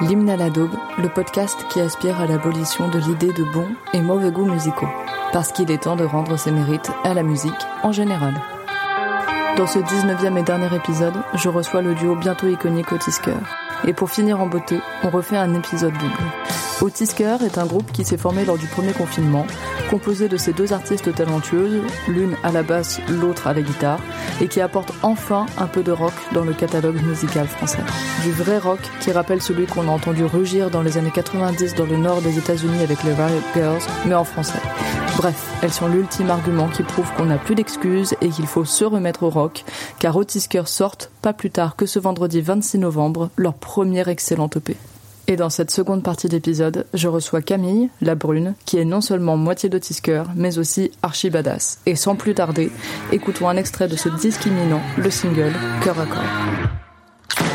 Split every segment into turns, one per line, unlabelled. L'hymne à la daube, le podcast qui aspire à l'abolition de l'idée de bons et mauvais goûts musicaux, parce qu'il est temps de rendre ses mérites à la musique en général. Dans ce 19e et dernier épisode, je reçois le duo bientôt iconique Otis Coeur. Et pour finir en beauté, on refait un épisode double. Otis Coeur est un groupe qui s'est formé lors du premier confinement, composé de ces deux artistes talentueuses, l'une à la basse, l'autre à la guitare, et qui apporte enfin un peu de rock dans le catalogue musical français. Du vrai rock qui rappelle celui qu'on a entendu rugir dans les années 90 dans le nord des États-Unis avec les Riot Girls, mais en français. Bref, elles sont l'ultime argument qui prouve qu'on n'a plus d'excuses et qu'il faut se remettre au rock, car Otisker sortent, pas plus tard que ce vendredi 26 novembre, leur E première excellente EP. Et dans cette seconde partie d'épisode, je reçois Camille, la brune, qui est non seulement moitié d'Otisker, mais aussi archibadass. Et sans plus tarder, écoutons un extrait de ce disque imminent, le single Cœur à corps.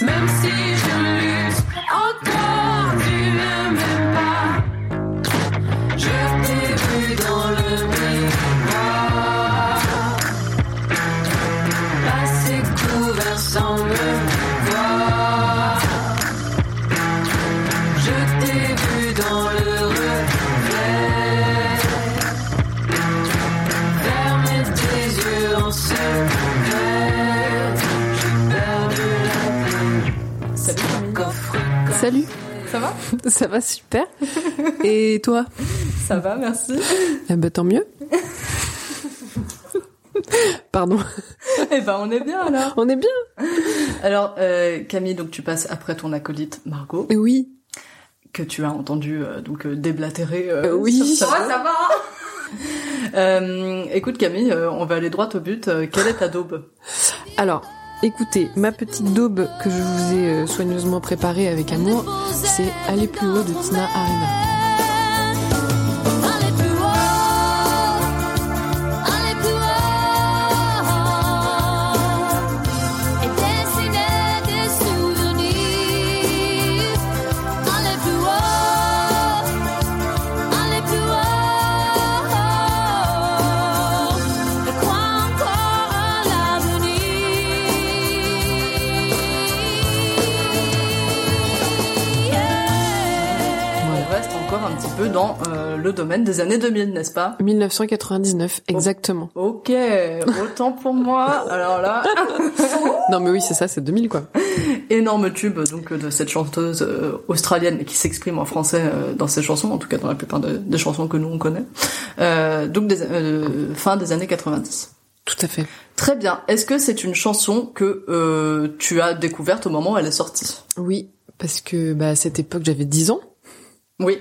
Même si je lutte encore, tu ne m'aimes pas. Je t'ai vu dans le miroir. Passé couvert sans me voir. Je t'ai vu dans le reflet. Fermez tes yeux en secret. J'ai perdu la
Salut
coffre.
Salut
Ça va
Ça va super Et toi
Ça va, merci.
Eh ben tant mieux Pardon,
Eh ben, on est bien alors.
on est bien
Alors, euh, Camille, donc tu passes après ton acolyte Margot,
Eh Oui,
que tu as entendu euh, donc euh, déblatérer. euh,
Euh, oui.
sur sa-
Ça
va. Euh, écoute, Camille, euh, on va aller droit au but. Euh, quelle est ta daube
Alors, écoutez, ma petite daube que je vous ai euh, soigneusement préparée avec amour, c'est Aller plus haut de Tina Arena.
Allez plus haut, allez plus haut, et dessiner des souvenirs. Allez plus haut, allez plus haut, et crois encore à l'avenir.
On reste encore un petit peu dans euh, le domaine des années 2000, n'est-ce pas
1999, exactement.
Ok, autant pour moi. Alors là,
Non mais oui, c'est ça, c'est 2000 quoi.
énorme tube donc de cette chanteuse euh, australienne qui s'exprime en français euh, dans ses chansons, en tout cas dans la plupart de- des chansons que nous on connaît. Euh, donc des, euh, fin des années 90.
Tout à fait.
Très bien. Est-ce que c'est une chanson que euh, tu as découverte au moment où elle est sortie
Oui, parce que bah, à cette époque, j'avais 10 ans.
Oui.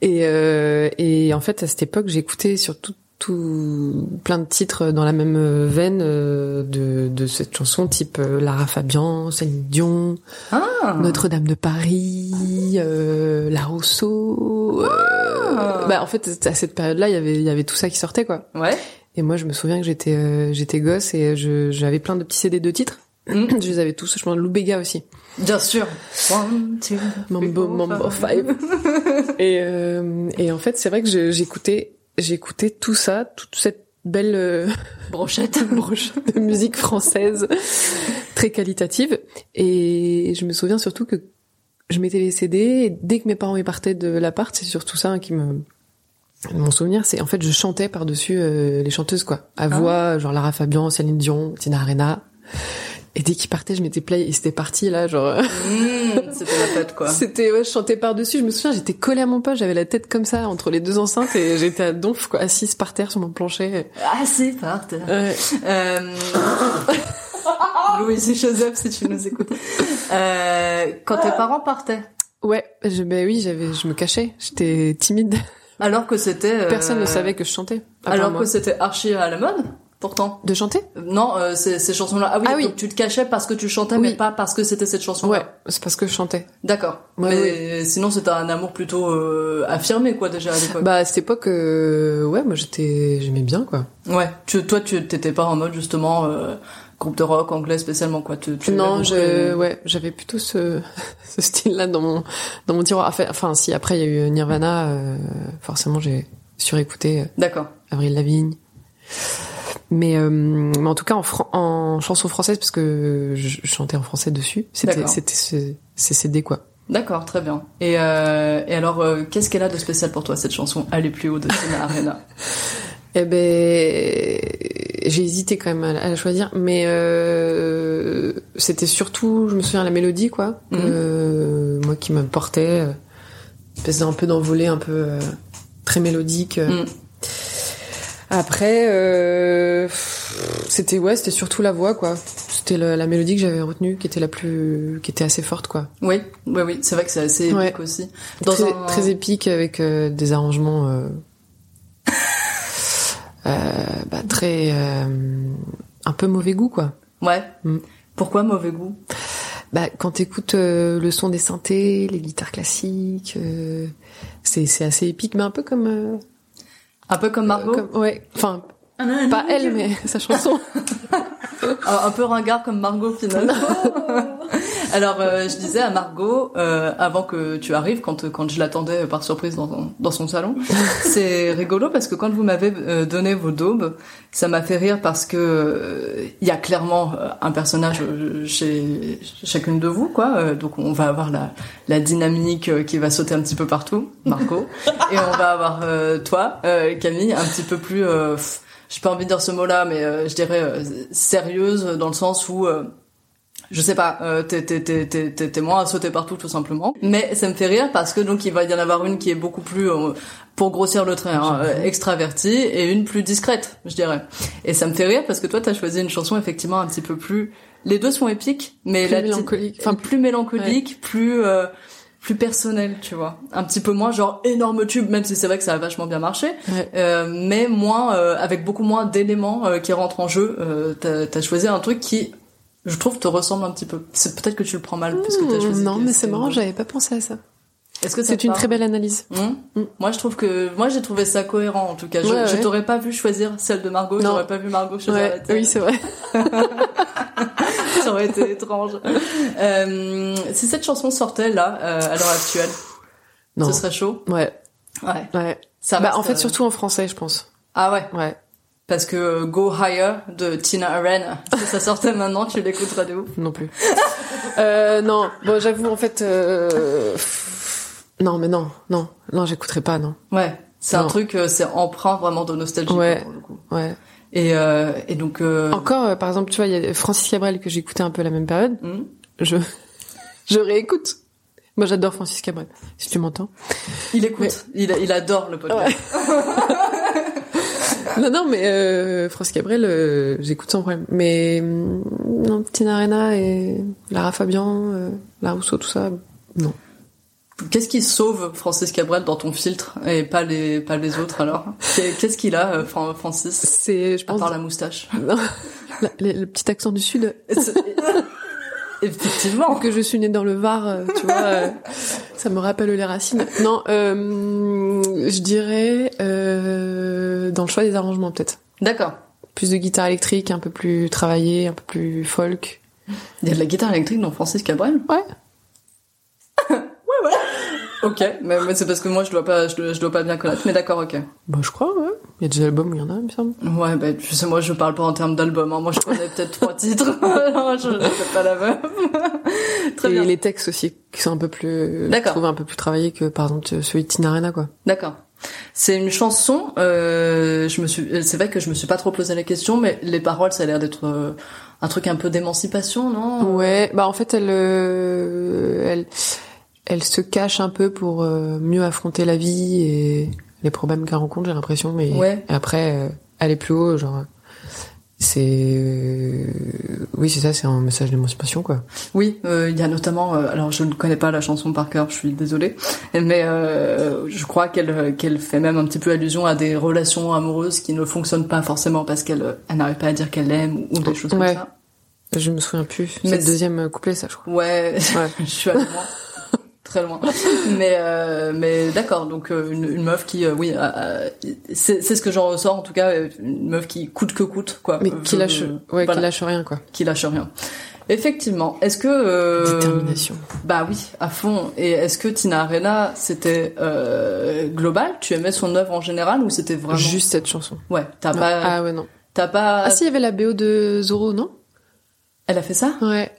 Et, euh, et en fait, à cette époque, j'écoutais surtout tout plein de titres dans la même euh, veine euh, de, de cette chanson, type euh, Lara Fabian, Céline Dion,
Ah.
Notre-Dame de Paris, euh, La Rousseau.
Ah.
euh, bah, en fait, à cette période-là, il y avait- il y avait tout ça qui sortait, quoi.
Ouais.
Et moi, je me souviens que j'étais euh, j'étais gosse et je- j'avais plein de petits CD de titres.
Mm.
Je les avais tous. Je pense Lou Bega aussi.
Bien sûr. One, two,
Mambo,
three, four,
Mambo
five.
Five. et, euh, et en fait, c'est vrai que je- j'écoutais j'écoutais tout ça, toute cette belle euh,
Brochette.
de musique française très qualitative. Et je me souviens surtout que je mettais les CD et dès que mes parents y partaient de l'appart, c'est surtout ça hein, qui me mon souvenir, c'est en fait je chantais par-dessus euh, les chanteuses quoi, à
Ah.
voix, genre Lara Fabian, Céline Dion, Tina Arena. Et dès qu'ils partaient, je mettais play et c'était parti là, genre
Mm, C'était la fête quoi.
c'était ouais, je chantais par-dessus, je me souviens, j'étais collée à mon pas, j'avais la tête comme ça entre les deux enceintes et j'étais à donf quoi, assise par terre sur mon plancher.
Ah c'est par terre.
Ouais.
Euh...
Euh, Louise et Joseph, si tu nous écoutes. Euh, quand tes parents partaient,
Ouais, je, ben oui, j'avais, je me cachais. J'étais timide.
alors que c'était... euh,
Personne ne savait que je chantais. à part
Alors
moi.
que c'était archi à la mode, pourtant.
de chanter
Euh, Non, euh, ces, ces chansons-là. Ah oui,
Ah oui.
donc tu te cachais parce que tu chantais, mais
Oui.
pas parce que c'était cette chanson.
Ouais, c'est parce que je chantais.
D'accord.
Ouais,
mais sinon, c'était un amour plutôt euh, affirmé, quoi, déjà à l'époque.
Bah à cette époque, euh, ouais, moi j'étais, j'aimais bien quoi.
Ouais. Tu, toi, tu t'étais pas en mode justement euh, groupe de rock anglais spécialement, quoi. Tu, tu
non,
l'avais euh,
je,
compris.
ouais, j'avais plutôt ce, ce style-là dans mon, dans mon tiroir. Enfin, Enfin, si après il y a eu Nirvana, euh, forcément j'ai surécouté euh,
D'accord.
Avril Lavigne. Mais, euh, mais en tout cas en, fran- en chanson française parce que je je chantais en français dessus. C'était,
D'accord.
c'était ce- ces CD quoi.
D'accord, très bien. Et, euh, et alors, euh, qu'est-ce qu'elle a de spécial pour toi, cette chanson Aller plus haut de Tina Arena
Eh ben, j'ai hésité quand même à la, à la choisir, mais euh, c'était surtout, je me souviens, la mélodie, quoi, que,
Mhm.
euh, moi qui me portait, euh, espèce d'un peu d'envolée, un peu euh, très mélodique. euh.
Mhm.
Après, euh, pff, c'était ouais, c'était surtout la voix, quoi. C'était la, la mélodie que j'avais retenue, qui était la plus, qui était assez forte, quoi.
Oui, oui, oui, c'est vrai que c'est assez épique
Ouais.
aussi. Dans
très,
un-
très épique avec euh, des arrangements euh, euh, bah, très euh, un peu mauvais goût quoi.
Ouais.
Mm.
Pourquoi mauvais goût
Bah, quand t'écoutes euh, le son des synthés, les guitares classiques, euh, c'est c'est assez épique, mais un peu comme, euh,
Un peu comme Margot
comme- ouais, enfin
Ah
pas elle mais sa chanson.
Un un peu ringard comme Margot finalement. Alors euh, je disais à Margot euh, avant que tu arrives quand quand je l'attendais par surprise dans son, dans son salon, c'est rigolo parce que quand vous m'avez euh, donné vos daubes, ça m'a fait rire parce que euh, il y a clairement euh, un personnage euh, chez chacune de vous quoi. Euh, donc on va avoir la la dynamique euh, qui va sauter un petit peu partout, Margot, et on va avoir euh, toi euh, Camille un petit peu plus euh, pff, j'ai pas envie de dire ce mot-là, mais euh, je dirais euh, sérieuse dans le sens où euh, je sais pas, euh, t'es, t'es, t'es, t'es, t'es- t'es moins à sauter partout tout simplement. Mais ça me fait rire parce que donc il va y en avoir une qui est beaucoup plus, euh, pour grossir le trait, hein, euh, extravertie et une plus discrète, je dirais. Et ça me fait rire parce que toi t'as choisi une chanson effectivement un petit peu plus. Les deux sont épiques, mais
Plus
la petite-
mélancolique.
enfin
Enfin,
plus mélancolique, plus euh, plus personnel, tu vois. Un petit peu moins genre énorme tube, même si c'est vrai que ça a vachement bien marché,
Ouais.
Euh, mais moins euh, avec beaucoup moins d'éléments euh, qui rentrent en jeu. Euh, t'as, t'as choisi un truc qui, je trouve, te ressemble un petit peu. C'est peut-être que tu le prends mal parce que t'as choisi.
non,
que
mais c'est marrant,
Est-ce
j'avais pas pensé à ça.
que ça
C'est
te
une
parle
très belle analyse.
Hum
Mm.
Moi, je trouve que moi j'ai trouvé ça cohérent en tout cas. Je,
Ouais,
je
ouais.
t'aurais pas vu choisir celle de Margot,
Non.
j'aurais pas vu Margot choisir la
Ouais,
tienne.
oui, c'est vrai.
ça aurait été étrange. Euh, si cette chanson sortait là, euh, à l'heure actuelle,
Non.
ce serait chaud.
Ouais,
Ouais.
ouais.
Ça
bah,
reste,
en fait,
euh,
surtout en français, je pense.
Ah ouais,
Ouais.
parce que euh, Go Higher de Tina Arena, si ça sortait maintenant, tu l'écouterais de ouf.
Non plus. euh, non, bon, j'avoue, en fait. Euh... Non, mais non, non, non, j'écouterai pas, non.
Ouais, c'est un
Non.
truc, euh, c'est emprunt vraiment de nostalgie.
Ouais.
pour le coup.
Ouais.
Et, euh, et donc, euh,
Encore, euh, par exemple, tu vois, il y a Francis Cabrel que j'écoutais un peu à la même période.
Mhm.
Je, je réécoute. Moi, j'adore Francis Cabrel. Si tu m'entends.
il écoute, il, il adore le podcast.
Non, non, mais euh, Francis Cabrel, euh, j'écoute sans problème. Mais hum, non, Tina Arena et Lara Fabian, euh, Lara Rousseau, tout ça, non.
Qu'est-ce qui sauve Francis Cabrel dans ton filtre et pas les pas les autres alors Qu'est- Qu'est-ce qu'il a, euh, Fran- Francis
C'est, je
À
pense,
part la moustache.
non, la- le- le petit accent du sud.
Effectivement.
que je suis née dans le Var, euh, tu vois, euh, ça me rappelle les racines. Non, euh, je dirais euh, dans le choix des arrangements peut-être.
D'accord.
Plus de guitare électrique, un peu plus travaillée, un peu plus folk.
Il y a de la guitare électrique dans Francis Cabrel
Ouais.
Ok, mais, mais c'est parce que moi je dois pas je, dois- je dois pas bien connaître, mais d'accord, ok.
Bah je crois, ouais. Il y a des albums, il y en a, il me semble.
Ouais, bah tu sais, moi je parle pas en termes d'album, hein. moi je connais peut-être trois titres, non, je ne fais pas la meuf. Très
Et
bien,
les textes aussi, qui sont un peu plus, je
D'accord.
trouve un peu plus travaillés que par exemple celui de Tina Arena, quoi.
d'accord. C'est une chanson, euh, je me suis, c'est vrai que je me suis pas trop posé la question, mais les paroles ça a l'air d'être euh, un truc un peu d'émancipation, non
Ouais, bah en fait elle, euh, elle, elle se cache un peu pour euh, mieux affronter la vie et les problèmes qu'elle rencontre, j'ai l'impression. Mais
Ouais.
après, euh, aller plus haut, genre c'est euh, oui c'est ça c'est un message d'émancipation quoi
Oui, euh, il y a notamment, euh, alors je ne connais pas la chanson par cœur, je suis désolée, mais euh, je crois qu'elle qu'elle fait même un petit peu allusion à des relations amoureuses qui ne fonctionnent pas forcément parce qu'elle euh, elle n'arrive pas à dire qu'elle l'aime ou des choses comme
Ouais.
ça.
je me souviens plus
Mais
c'est le
c'est-
deuxième couplet ça je crois
Ouais,
Ouais.
je suis allée loin. Très loin, mais euh, mais d'accord. Donc euh, une, une meuf qui, euh, oui, a- a- c'est c'est ce que j'en ressors en tout cas, euh, une meuf qui coûte que coûte quoi,
mais
Euh,
qui lâche
euh,
ouais
voilà,
qui lâche rien quoi
qui lâche rien. Effectivement, est-ce que euh,
détermination
Bah oui, à fond. Et est-ce que Tina Arena, c'était euh, global Tu aimais son œuvre en général ou c'était vraiment
juste cette chanson
Ouais, t'as
Non.
pas,
ah ouais non
t'as pas.
ah si il y avait la BO de Zoro non
Elle a fait ça
ouais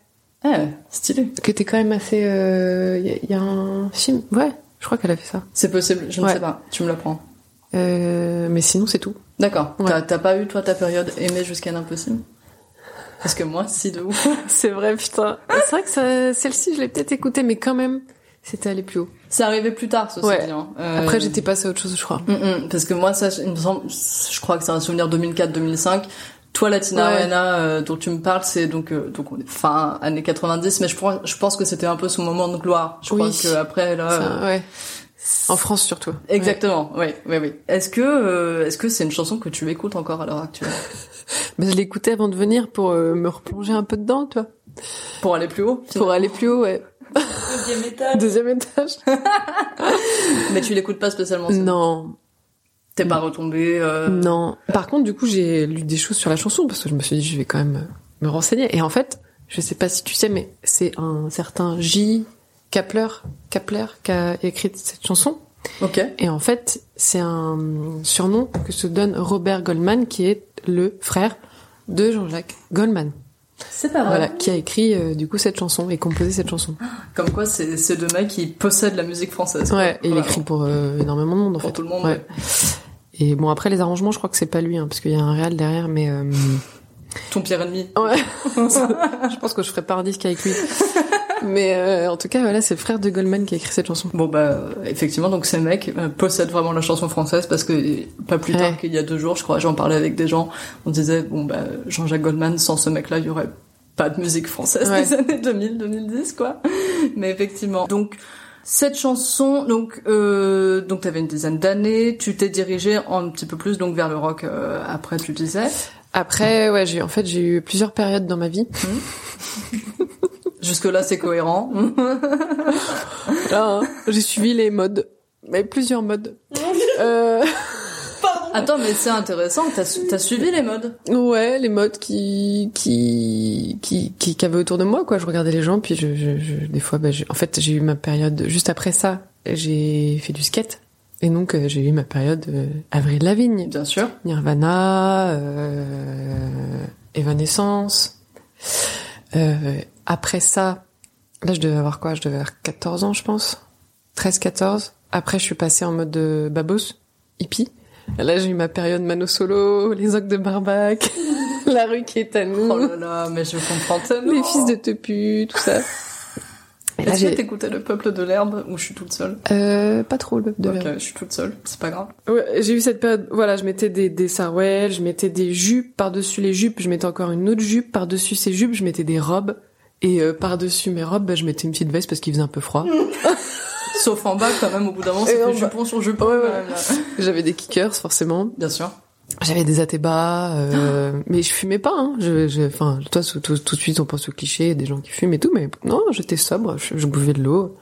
Ouais, stylé.
qui était quand même assez. Il y, a- y a un film. Ouais, je crois qu'elle a fait ça.
C'est possible. Je ne
Ouais.
sais pas. Tu me l'apprends.
Euh, mais sinon, c'est tout.
D'accord.
Ouais.
T'as- T'as pas eu toi ta période aimée jusqu'à l'impossible Parce que moi, si de ouf.
C'est vrai, putain. Ah, C'est vrai que ça- celle-ci, je l'ai peut-être écoutée, mais quand même, c'était allé plus haut.
C'est arrivé plus tard, ceci
Ouais.
dit, hein. Euh,
Après, j'étais passée à autre chose, je crois.
Mm, mm, parce que moi, ça, je- il me semble, je crois que c'est un souvenir 2004-2005. Toi, la Tina
Ouais.
Arena euh, dont tu me parles, c'est donc, euh, donc on est fin années 90, mais je, pense- je pense que c'était un peu son moment de gloire. Je
Oui.
crois que après là, euh,
Ça, ouais. En France, surtout.
exactement. Oui, oui, oui. Est-ce que, euh, est-ce que c'est une chanson que tu écoutes encore à l'heure actuelle
Ouais. Mais je l'écoutais avant de venir pour euh, me replonger un peu dedans, tu vois.
pour aller plus haut
Pour aller plus haut, ouais. Deuxième étage.
Mais tu l'écoutes pas spécialement. ça.
non,
T'es pas retombé. euh,
non. Par contre, du coup, j'ai lu des choses sur la chanson parce que je me suis dit, je vais quand même me renseigner. Et en fait, je sais pas si tu sais, mais c'est un certain J. Kapler, Kapler qui a écrit cette chanson.
Ok.
Et en fait, c'est un surnom que se donne Robert Goldman, qui est le frère de Jean-Jacques Goldman.
C'est pas
Voilà, qui a écrit euh, du coup cette chanson et composé cette chanson.
Comme quoi, c'est c'est deux mecs qui possèdent la musique française. quoi.
Ouais, et il
Voilà.
écrit pour euh, énormément de monde en
Pour
fait.
tout le monde, ouais.
Et bon, après les arrangements, je crois que c'est pas lui, hein, parce qu'il y a un réal derrière, mais euh,
Ton pire ennemi.
ouais, je pense que je ferai pas un disque avec lui. Mais euh, en tout cas, voilà, c'est le frère de Goldman qui a écrit cette chanson.
Bon bah euh, effectivement donc ces mecs euh, possèdent vraiment la chanson française parce que euh, pas plus tard
Ouais.
qu'il y a deux jours je crois j'en parlais avec des gens on disait bon bah Jean-Jacques Goldman sans ce mec là il y aurait pas de musique française
Ouais.
des années 2000 2010 quoi mais effectivement donc cette chanson donc euh, donc t'avais une dizaine d'années tu t'es dirigé un petit peu plus donc vers le rock euh, après tu disais
Après, ouais, j'ai en fait j'ai eu plusieurs périodes dans ma vie.
jusque là c'est cohérent
Là, hein, j'ai suivi les modes, mais plusieurs modes. Euh,
attends mais c'est intéressant t'as su- t'as suivi les modes
ouais, les modes qui qui qui qui qu'il y avait autour de moi quoi. Je regardais les gens, puis je, je, je- des fois, bah, j'ai- en fait, j'ai eu ma période juste après ça. J'ai fait du skate et donc euh, j'ai eu ma période euh, Avril Lavigne,
bien sûr
Nirvana, euh, Evanescence. Euh, après ça, là je devais avoir quoi Je devais avoir 14 ans je pense. 13-14. Après je suis passée en mode de babos, hippie. Là j'ai eu ma période mano solo, les ocs de Barbac, la rue qui est à nous,
oh là là mais je comprends tellement
les fils de Tepu, tout ça. Et là
Est-ce que
j'ai...
t'écoutais le peuple de l'herbe ou je suis toute seule
Euh, pas trop le de
Ok,
l'herbe.
je suis toute seule, c'est pas grave.
Ouais, j'ai eu cette période. Voilà, je mettais des, des sarouels, je mettais des jupes par-dessus les jupes, je mettais encore une autre jupe par-dessus ces jupes, je mettais des robes. Et euh, par-dessus mes robes, bah, je mettais une petite veste parce qu'il faisait un peu froid.
Sauf en bas, quand même, au bout d'un moment,
Et
c'était
en bas.
jupon sur jupon.
Ouais, ouais.
quand même, là.
J'avais des kickers, forcément.
Bien sûr.
J'avais des athébas, euh, mais je fumais pas. Hein. Je, je- enfin, toi, tout, tout- tout de suite, on pense au cliché des gens qui fument et tout, mais non, j'étais sobre. Je, je buvais de l'eau.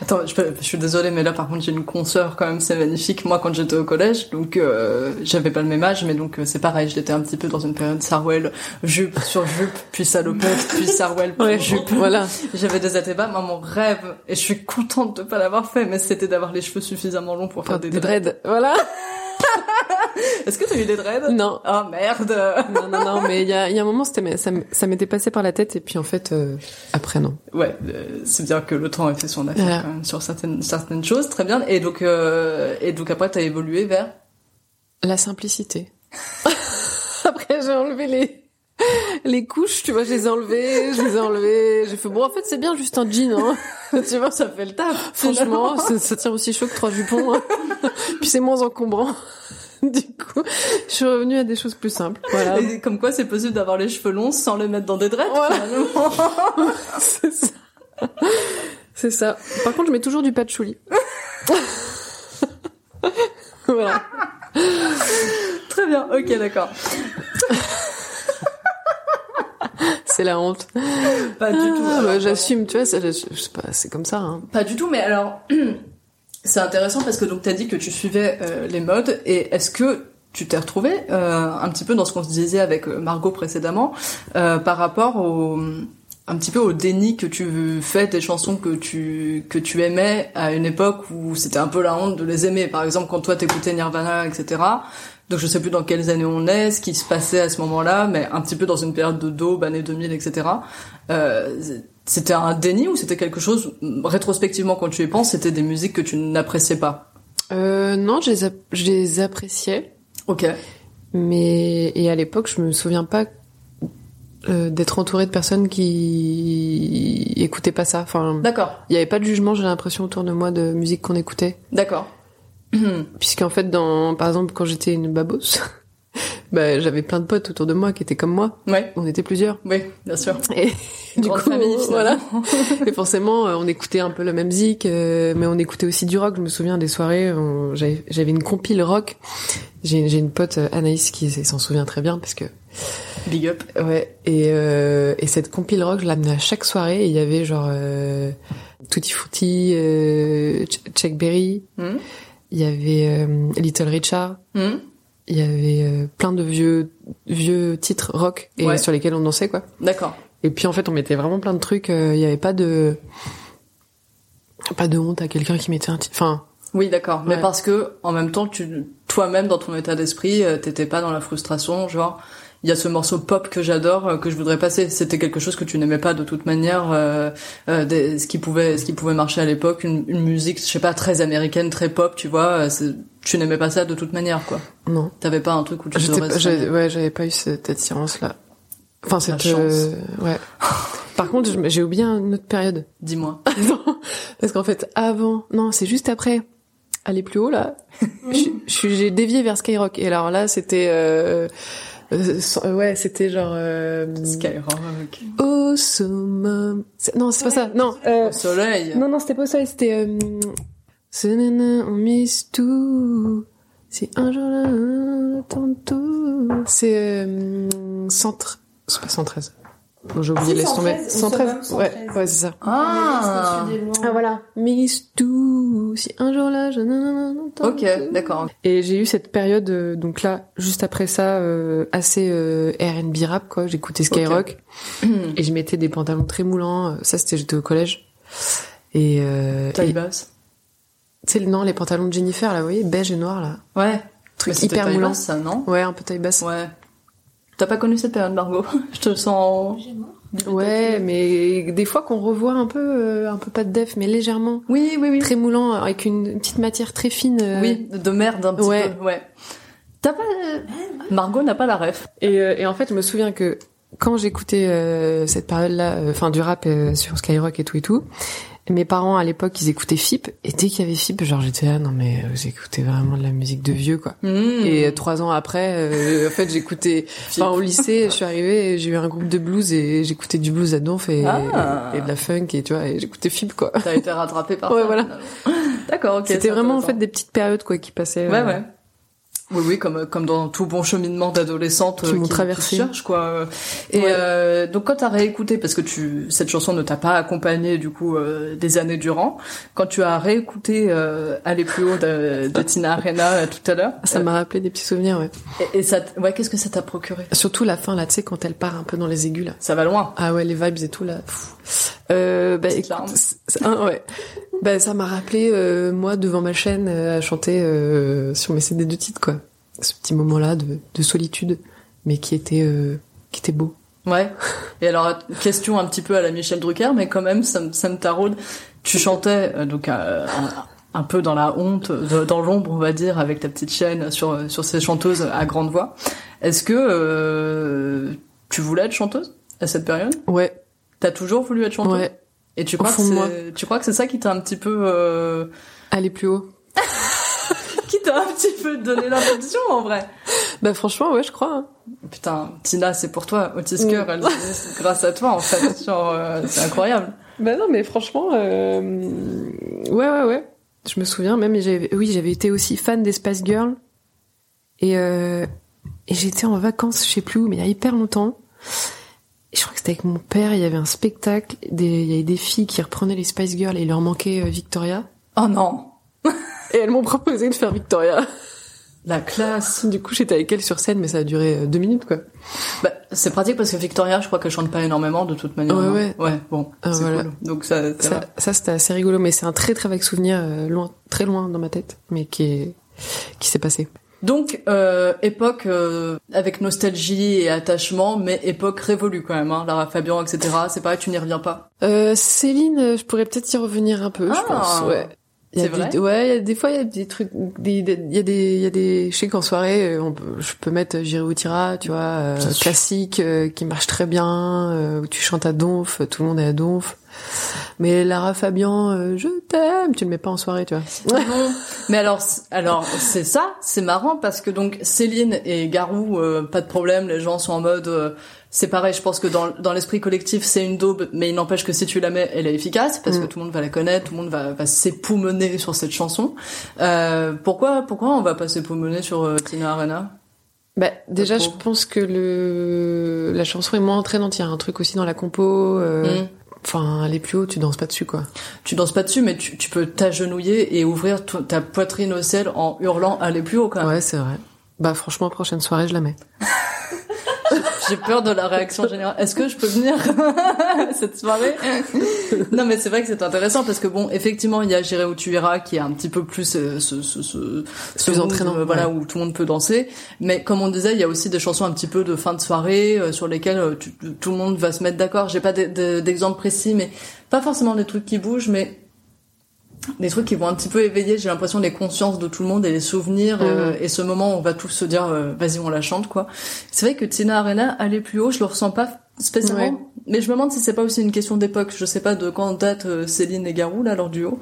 Attends, je, peux- je suis désolée, mais là, par contre, j'ai une consoeur quand même, c'est magnifique. Moi, quand j'étais au collège, donc euh, j'avais pas le même âge, mais donc euh, c'est pareil, j'étais un petit peu dans une période Sarwell, jupe sur jupe, puis salopette, puis Sarwell, puis jupe.
voilà.
J'avais des athébas, moi, mon rêve, et je suis contente de pas l'avoir fait, mais c'était d'avoir les cheveux suffisamment longs pour faire des,
des
dreads.
dreads, voilà.
Est-ce que t'as eu des dreads
Non,
Oh merde
non, non, non, mais il y a, il y a un moment, c'était, ça m- ça m'était passé par la tête, et puis en fait, euh, après, non.
Ouais, euh, c'est bien que le temps ait fait son affaire
Voilà.
quand même sur certaines certaines choses, très bien. Et donc euh, et donc après t'as évolué vers
La simplicité. Après, j'ai enlevé les les couches, tu vois, je les ai enlevées, je les ai enlevées. J'ai fait bon, en fait, c'est bien juste un jean, hein. tu vois, ça fait le taf. Franchement, ça, ça tient aussi chaud que trois jupons. hein. Puis c'est moins encombrant. du coup, je suis revenue à des choses plus simples. Voilà.
Et comme quoi, c'est possible d'avoir les cheveux longs sans les mettre dans des dreads.
Voilà.
finalement.
C'est ça. C'est ça. Par contre, je mets toujours du patchouli. voilà.
Très bien. Ok, d'accord.
C'est la honte.
Pas du tout.
Ah, bah,
Alors,
J'assume, tu vois, ça, je, je sais pas, c'est comme ça. Hein.
Pas du tout, mais alors c'est intéressant parce que donc t'as dit que tu suivais euh, les modes et est-ce que tu t'es retrouvé euh, un petit peu dans ce qu'on se disait avec euh, Margot précédemment euh, par rapport au un petit peu au déni que tu fais des chansons que tu que tu aimais à une époque où c'était un peu la honte de les aimer par exemple quand toi t'écoutais Nirvana etc donc je sais plus dans quelles années on est ce qui se passait à ce moment-là mais un petit peu dans une période de daube années 2000 etc euh, c'était un déni ou c'était quelque chose rétrospectivement quand tu y penses c'était des musiques que tu n'appréciais pas
Euh, non, je les, ap- je les appréciais,
ok
mais et à l'époque, je me souviens pas euh, d'être entourée de personnes qui écoutaient pas ça. Enfin,
d'accord
il y avait pas de jugement, j'ai l'impression autour de moi de musique qu'on écoutait.
d'accord
Puisqu'en fait, dans, par exemple, quand j'étais une babosse, bah, j'avais plein de potes autour de moi qui étaient comme moi.
ouais
On était plusieurs.
oui bien sûr
Et du
Grande
coup,
famille,
voilà.
finalement.
Et forcément, euh, on écoutait un peu la même musique, euh, mais on écoutait aussi du rock. Je me souviens des soirées, on- j'avais j'avais une compile rock. J'ai j'ai une pote euh, Anaïs qui s'en souvient très bien parce que
big up
ouais. Et, euh, et cette compile rock, je l'amenais à chaque soirée. Et il y avait genre euh, Tutti Frutti, euh, Ch- Chuck Berry.
Mhm.
Il y avait euh, Little Richard.
Hmm
Il y avait euh, plein de vieux vieux titres rock et
Ouais.
sur lesquels on dansait quoi.
d'accord
Et puis en fait, on mettait vraiment plein de trucs. euh, Il n'y avait pas de pas de honte à quelqu'un qui mettait un titre. Enfin,
oui d'accord mais
Ouais.
parce que en même temps tu toi-même dans ton état d'esprit euh, t'étais pas dans la frustration genre il y a ce morceau pop que j'adore euh, que je voudrais passer c'était quelque chose que tu n'aimais pas de toute manière euh, euh, des- ce qui pouvait ce qui pouvait marcher à l'époque une, une musique je sais pas très américaine très pop tu vois euh, c'est- tu n'aimais pas ça de toute manière quoi
non.
T'avais pas un truc où tu te
J'étais pas-
restreignais
j'avais- ouais, j'avais pas eu cette attirance là. Enfin,
La
cette euh, ouais. Par contre, je- j'ai oublié une autre période.
Dis-moi.
Parce qu'en fait, avant, non, c'est juste après. Aller plus haut là. je suis- je suis- J'ai dévié vers Skyrock. Et alors là, c'était euh, euh, sans- ouais, c'était genre. euh,
Skyrock.
Au summum. C'est- Non, c'est pas ça. Non. euh,
Au soleil.
Non, non, c'était pas ça, c'était... Euh... Ce nana, on mise tout. Si un jour là, attend tout. C'est euh, 113. C'est pas 113. Bon, j'ai oublié,
Si,
laisse tomber.
113, on se nomme
Ouais,
113.
ouais, c'est ça.
Ah.
voilà. Mise tout. Si un jour là, je... nanana, attends
Ok,
tout.
d'accord.
Et j'ai eu cette période, euh, donc là, juste après ça, euh, assez euh, R&B rap, quoi. J'écoutais Skyrock. Et je mettais des pantalons très moulants. Ça, c'était, j'étais au collège. Et, euh, et-
Taille basse.
tu sais, le- non, les pantalons de Jennifer, là, vous voyez, beige et noir, là.
Ouais.
Truc
Mais c'était
hyper
taille
moulant.
basse, ça, non
Ouais, un peu taille basse.
Ouais. T'as pas connu cette période, Margot Je te sens...
Ouais, mais des fois qu'on revoit un peu, euh, un peu pas de def, mais légèrement.
Oui, oui, oui.
Très moulant, avec une petite matière très fine. euh,
Oui, de merde, un petit
Ouais.
peu. Ouais. T'as pas... Margot n'a pas la ref.
Et, euh, et en fait, je me souviens que quand j'écoutais euh, cette période-là, euh, enfin du rap euh, sur Skyrock et tout et tout, mes parents à l'époque, ils écoutaient FIP. Et dès qu'il y avait FIP, genre j'étais là, non mais euh, vous écoutez vraiment de la musique de vieux, quoi.
Mm.
Et euh, trois ans après, euh, en fait, j'écoutais. Enfin, au lycée, je suis arrivée, et j'ai eu un groupe de blues et j'écoutais du blues à donf et,
Ah.
et de la funk et tu vois, et j'écoutais FIP quoi.
T'as été rattrapée par
Ouais,
ça,
voilà.
finalement. D'accord, ok. c'est
C'était vraiment en fait
intéressant.
des petites périodes quoi qui passaient.
Ouais,
euh,
ouais. Oui, oui, comme, comme dans tout bon cheminement d'adolescente
Qui
euh,
m'ont
qui,
traversé.
qui cherche, quoi. Et
Ouais.
euh, donc, quand t'as réécouté, parce que tu, cette chanson ne t'a pas accompagnée, du coup, euh, des années durant, quand tu as réécouté euh, Aller plus haut de, de Tina Arena euh, tout à l'heure,
Ça m'a rappelé des petits souvenirs. Ouais.
euh, et, et ça, t- ouais, qu'est-ce que ça t'a procuré
Surtout la fin là, tu sais, quand elle part un peu dans les aigus là.
Ça va loin.
Ah ouais, les vibes et tout là. pfff. Euh, bah,
Petite
écoute,
larme.
c'est- c'est- hein, ouais. bah ça m'a rappelé euh, moi devant ma chaîne euh, à chanter euh, sur mes CD de titres quoi. Ce petit moment là de, de solitude, mais qui était euh, qui était beau.
Ouais. Et alors, question un petit peu à la Michel Drucker, mais quand même, ça, me- ça me taraude. Tu chantais, euh, donc, euh, un, un peu dans la honte, de- dans l'ombre, on va dire, avec ta petite chaîne sur, euh, sur ces chanteuses à grande voix. Est-ce que euh, tu voulais être chanteuse à cette période
Ouais,
T'as toujours voulu être chanteuse
ouais.
Et tu
Au
crois, que
fond de
c'est- tu crois que c'est ça qui t'a un petit peu... euh,
Aller plus haut.
qui t'as un petit peu donné l'impression en vrai.
Bah franchement, ouais, je crois. hein.
Putain, Tina, c'est pour toi. Otis
Mm.
Cœur, elle existe grâce à toi en fait. Genre, euh, c'est incroyable.
Bah non, mais franchement, euh, ouais, ouais, ouais. Je me souviens même, et j'avais- oui, j'avais été aussi fan des Spice Girls. Et, euh, et j'étais en vacances, je sais plus où, mais il y a hyper longtemps. Et je crois que c'était avec mon père, il y avait un spectacle, des- il y avait des filles qui reprenaient les Spice Girls et il leur manquait euh, Victoria.
Oh non,
Et elles m'ont proposé de faire Victoria.
la classe.
Du coup, j'étais avec elles sur scène, mais ça a duré euh, deux minutes, quoi.
Bah, c'est pratique parce que Victoria, je crois qu'elle chante pas énormément de toute manière.
Ouais,
non
ouais.
Ouais, bon,
Ah,
c'est
voilà.
cool. Donc ça, ça
Ça,
va.
ça, c'était assez rigolo, mais c'est un très très vague souvenir, euh, loin, très loin dans ma tête, mais qui est, qui s'est passé.
Donc euh, époque euh, avec nostalgie et attachement, mais époque révolue quand même. Hein. Lara Fabian, etc. C'est pareil, tu n'y reviens pas.
Euh, Céline, euh, je pourrais peut-être y revenir un peu,
Ah,
je pense. Ouais. Il y a
c'est vrai
des, ouais, il y a des fois, il y a des trucs, des- des- il y a des, il y a des, je sais qu'en soirée, euh, on peut- je peux mettre J'irai où tira, tu vois, euh,
Bien sûr.
classique, euh, qui marche très bien, euh, où tu chantes à donf, tout le monde est à donf. Mais Lara Fabian, euh, je t'aime, tu le mets pas en soirée, tu vois.
Non. Mais alors, c- alors c'est ça, c'est marrant parce que donc Céline et Garou, euh, pas de problème, les gens sont en mode. euh, c'est pareil, je pense que dans, dans l'esprit collectif, c'est une daube, mais il n'empêche que si tu la mets, elle est efficace, parce que tout le monde va la connaître, tout le monde va, va s'époumoner sur cette chanson. Euh, pourquoi, pourquoi on va pas s'époumoner sur euh, Tina Arena
Bah, déjà, je
trouve.
pense que le, la chanson est moins entraînante, il y a un truc aussi dans la compo, euh,
Mm.
enfin, elle est plus haut, tu danses pas dessus, quoi.
Tu danses pas dessus, mais tu, tu peux t'agenouiller et ouvrir to- ta poitrine au ciel en hurlant « Allez plus haut », quand même.
Ouais, c'est vrai. Bah franchement, prochaine soirée, je la mets.
J'ai peur de la réaction générale. Est-ce que je peux venir cette soirée Non, mais c'est vrai que c'est intéressant parce que bon, effectivement, il y a J'irai où tu iras qui est un petit peu plus euh, ce ce ce, ce
Plus
monde,
entraînant,
euh, voilà,
ouais.
où tout le monde peut danser. Mais comme on disait, il y a aussi des chansons un petit peu de fin de soirée euh, sur lesquelles euh, tu- tu- tout le monde va se mettre d'accord. J'ai pas de- de- d'exemple précis, mais pas forcément des trucs qui bougent, mais des trucs qui vont un petit peu éveiller, j'ai l'impression, les consciences de tout le monde et les souvenirs euh, et ce moment où on va tous se dire euh, vas-y on la chante quoi. C'est vrai que Tina Arena aller plus haut, je le ressens pas spécialement,
Ouais.
mais je me demande si c'est pas aussi une question d'époque. Je sais pas de quand date euh, Céline et Garou là leur duo,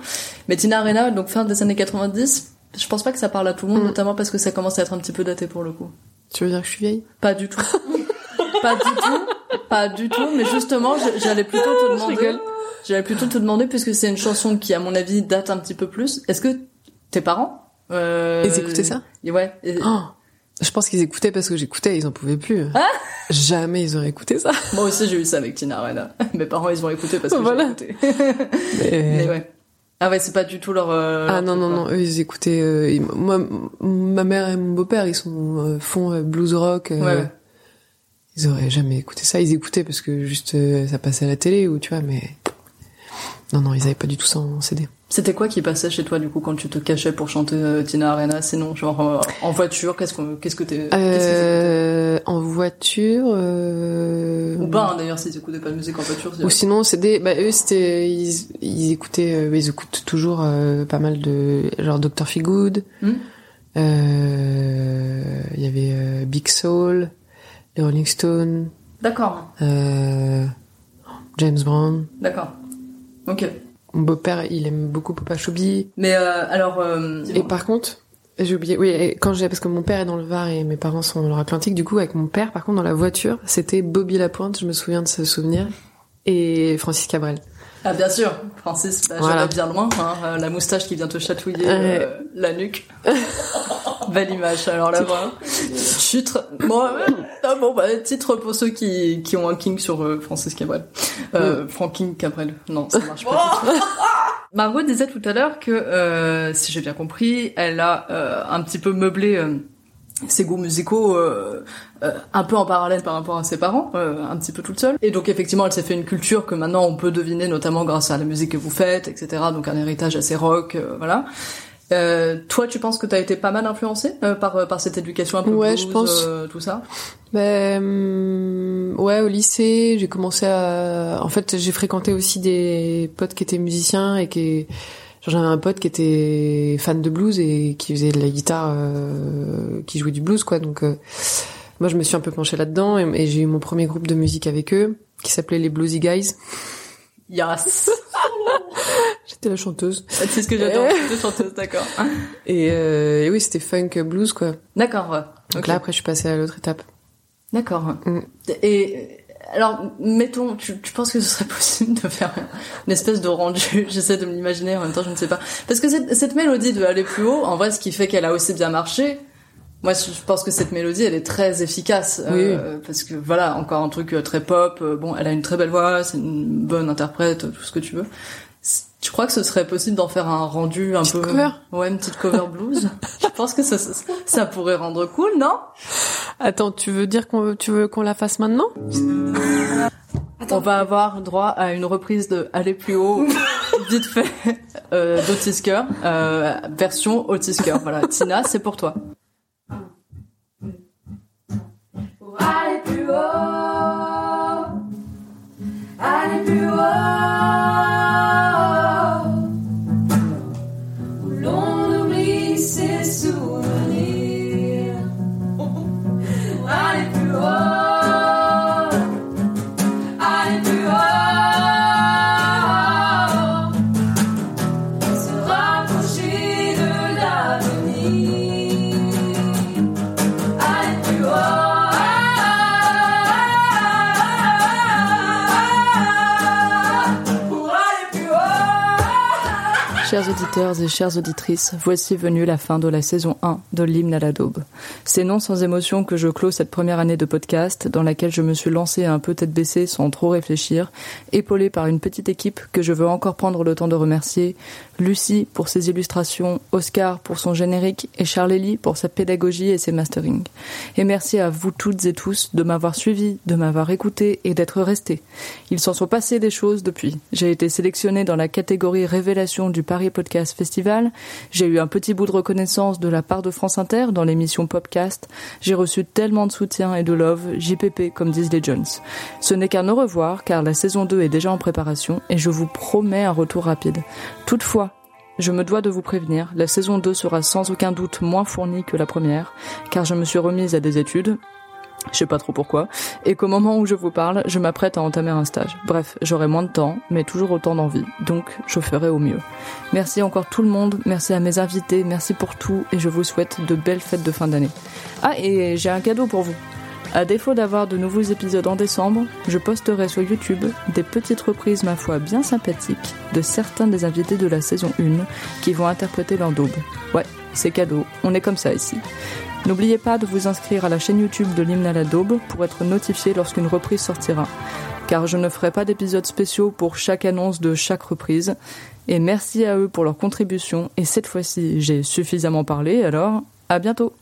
mais Tina Arena donc fin des années 90, je pense pas que ça parle à tout le monde, notamment parce que ça commence à être un petit peu daté pour le coup.
Tu veux dire que je suis vieille
Pas du tout. pas du tout. Pas du tout. Mais justement, je- j'allais plutôt te demander.
rigole.
J'allais plutôt te demander, puisque c'est une chanson qui, à mon avis, date un petit peu plus. Est-ce que tes parents euh...
Ils écoutaient ça
et Ouais. et-
Oh Je pense qu'ils écoutaient parce que j'écoutais, ils en pouvaient plus. Jamais ils auraient écouté ça.
Moi aussi, j'ai eu ça avec Tina Arena. Mes parents, ils ont écouté parce que
Voilà.
j'ai écouté. Mais ouais. Ah ouais, c'est pas du tout leur. euh,
Ah
leur truc,
non non
quoi.
non, eux ils écoutaient. euh, ils- moi, m- ma mère et mon beau-père, ils sont euh, font euh, blues rock. euh,
Ouais, ouais.
Ils auraient jamais écouté ça. Ils écoutaient parce que juste euh, ça passait à la télé ou tu vois, mais non non, ils avaient pas du tout ça en CD.
C'était quoi qui passait chez toi du coup quand tu te cachais pour chanter euh, Tina Arena Sinon, genre euh, en voiture, qu'est-ce qu'on, qu'est-ce que t'es, qu'est-ce que t'écoutais
Euh, en voiture. Euh...
Ou pas hein, d'ailleurs s'ils écoutaient pas de musique en voiture. c'est-
Ou sinon, c'est des, bah, eux, c'était, ils, ils écoutaient, euh, ils écoutent toujours euh, pas mal de, genre Dr. Feelgood.
Hmm.
Euh, Il y avait euh, Big Soul, les Rolling Stones,
D'accord,
euh, James Brown.
d'accord. Ok.
Mon beau-père, il aime beaucoup Papa Choubi.
Mais euh, alors, euh,
Et par contre, j'ai oublié, oui, et quand j'ai, parce que mon père est dans le Var et mes parents sont dans leur Atlantique, du coup, avec mon père, par contre, dans la voiture, c'était Bobby Lapointe, je me souviens de ce souvenir, et Francis Cabrel.
ah bien sûr, Francis, là,
Voilà.
j'en ai bien loin, hein, euh, la moustache qui vient te chatouiller
Ouais.
euh, la nuque. Belle image, alors là, voilà. Titre, bon, euh, ah bon bah, titre pour ceux qui, qui ont un king sur euh, Francis Cabrel. Euh, Franking Cabrel, non, ça marche pas. Margot disait tout à l'heure que, euh, si j'ai bien compris, elle a euh, un petit peu meublé euh, ses goûts musicaux euh, euh, un peu en parallèle par rapport à ses parents, euh, un petit peu toute seule. Et donc effectivement, elle s'est fait une culture que maintenant on peut deviner, notamment grâce à la musique que vous faites, etc. Donc un héritage assez rock, euh, voilà. Euh, toi, tu penses que t'as été pas mal influencée euh, par euh, par cette éducation un peu
Ouais,
blues,
je pense.
euh, tout ça.
Ben hum, ouais, au lycée, j'ai commencé à. En fait, j'ai fréquenté aussi des potes qui étaient musiciens et qui. Genre, j'avais un pote qui était fan de blues et qui faisait de la guitare, euh, qui jouait du blues, quoi. Donc, euh, moi, je me suis un peu penchée là-dedans et, et j'ai eu mon premier groupe de musique avec eux qui s'appelait les Bluesy Guys.
Yes.
C'était la chanteuse.
C'est ce que j'adore,
Euh.
deux chanteuses, d'accord.
Et, euh, et oui, c'était funk blues, quoi.
D'accord, ouais.
Donc
Ok.
là, après, je suis passée à l'autre étape.
D'accord.
Mm.
Et alors, mettons, tu, tu penses que ce serait possible de faire une espèce de rendu J'essaie de me l'imaginer, en même temps, je ne sais pas. Parce que cette, cette mélodie de aller plus haut, en vrai, ce qui fait qu'elle a aussi bien marché, moi, je je pense que cette mélodie, elle est très efficace. euh, Parce que, voilà, encore un truc euh, très pop. euh, Bon, elle a une très belle voix, c'est une bonne interprète, tout ce que tu veux. C'est- Tu crois que ce serait possible d'en faire un rendu un
Petite
peu...
cover.
Ouais, une petite cover blues. Je pense que ça, ça, ça pourrait rendre cool, non
Attends, tu veux dire qu'on tu veux qu'on la fasse maintenant
On va avoir droit à une reprise de Aller plus haut, vite fait, euh, d'Otis Kerr, euh, version Otis Kerr. Voilà, Tina, c'est pour toi.
Pour aller plus haut, aller plus haut, où l'on oublie ses souvenirs. Pour aller plus haut, aller plus haut, se rapprocher de l'avenir. Allez plus haut, pour aller plus haut.
Chers auditeurs et chères auditrices, voici venue la fin de la saison 1 de l'hymne à la daube. C'est non sans émotion que je clôt cette première année de podcast dans laquelle je me suis lancée un peu tête baissée sans trop réfléchir, épaulée par une petite équipe que je veux encore prendre le temps de remercier, Lucie pour ses illustrations, Oscar pour son générique et Charlélie pour sa pédagogie et ses masterings. Et merci à vous toutes et tous de m'avoir suivi, de m'avoir écouté et d'être restés. Il s'en sont passé des choses depuis. J'ai été sélectionnée dans la catégorie Révélation du Paris Podcast Festival. J'ai eu un petit bout de reconnaissance de la part de France Inter dans l'émission Popcast. J'ai reçu tellement de soutien et de love, JPP comme disent les Jones. Ce n'est qu'un au revoir car la saison 2 est déjà en préparation et je vous promets un retour rapide. Toutefois, je me dois de vous prévenir, la saison 2 sera sans aucun doute moins fournie que la première, car je me suis remise à des études, je sais pas trop pourquoi, et qu'au moment où je vous parle, je m'apprête à entamer un stage. Bref, j'aurai moins de temps, mais toujours autant d'envie, donc je ferai au mieux. Merci encore tout le monde, merci à mes invités, merci pour tout, et je vous souhaite de belles fêtes de fin d'année. Ah, et j'ai un cadeau pour vous. À défaut d'avoir de nouveaux épisodes en décembre, je posterai sur YouTube des petites reprises, ma foi, bien sympathiques de certains des invités de la saison 1 qui vont interpréter leur daube. Ouais, c'est cadeau, on est comme ça ici. N'oubliez pas de vous inscrire à la chaîne YouTube de l'hymne à la daube pour être notifié lorsqu'une reprise sortira. Car je ne ferai pas d'épisodes spéciaux pour chaque annonce de chaque reprise. Et merci à eux pour leur contribution. Et cette fois-ci, j'ai suffisamment parlé, alors à bientôt!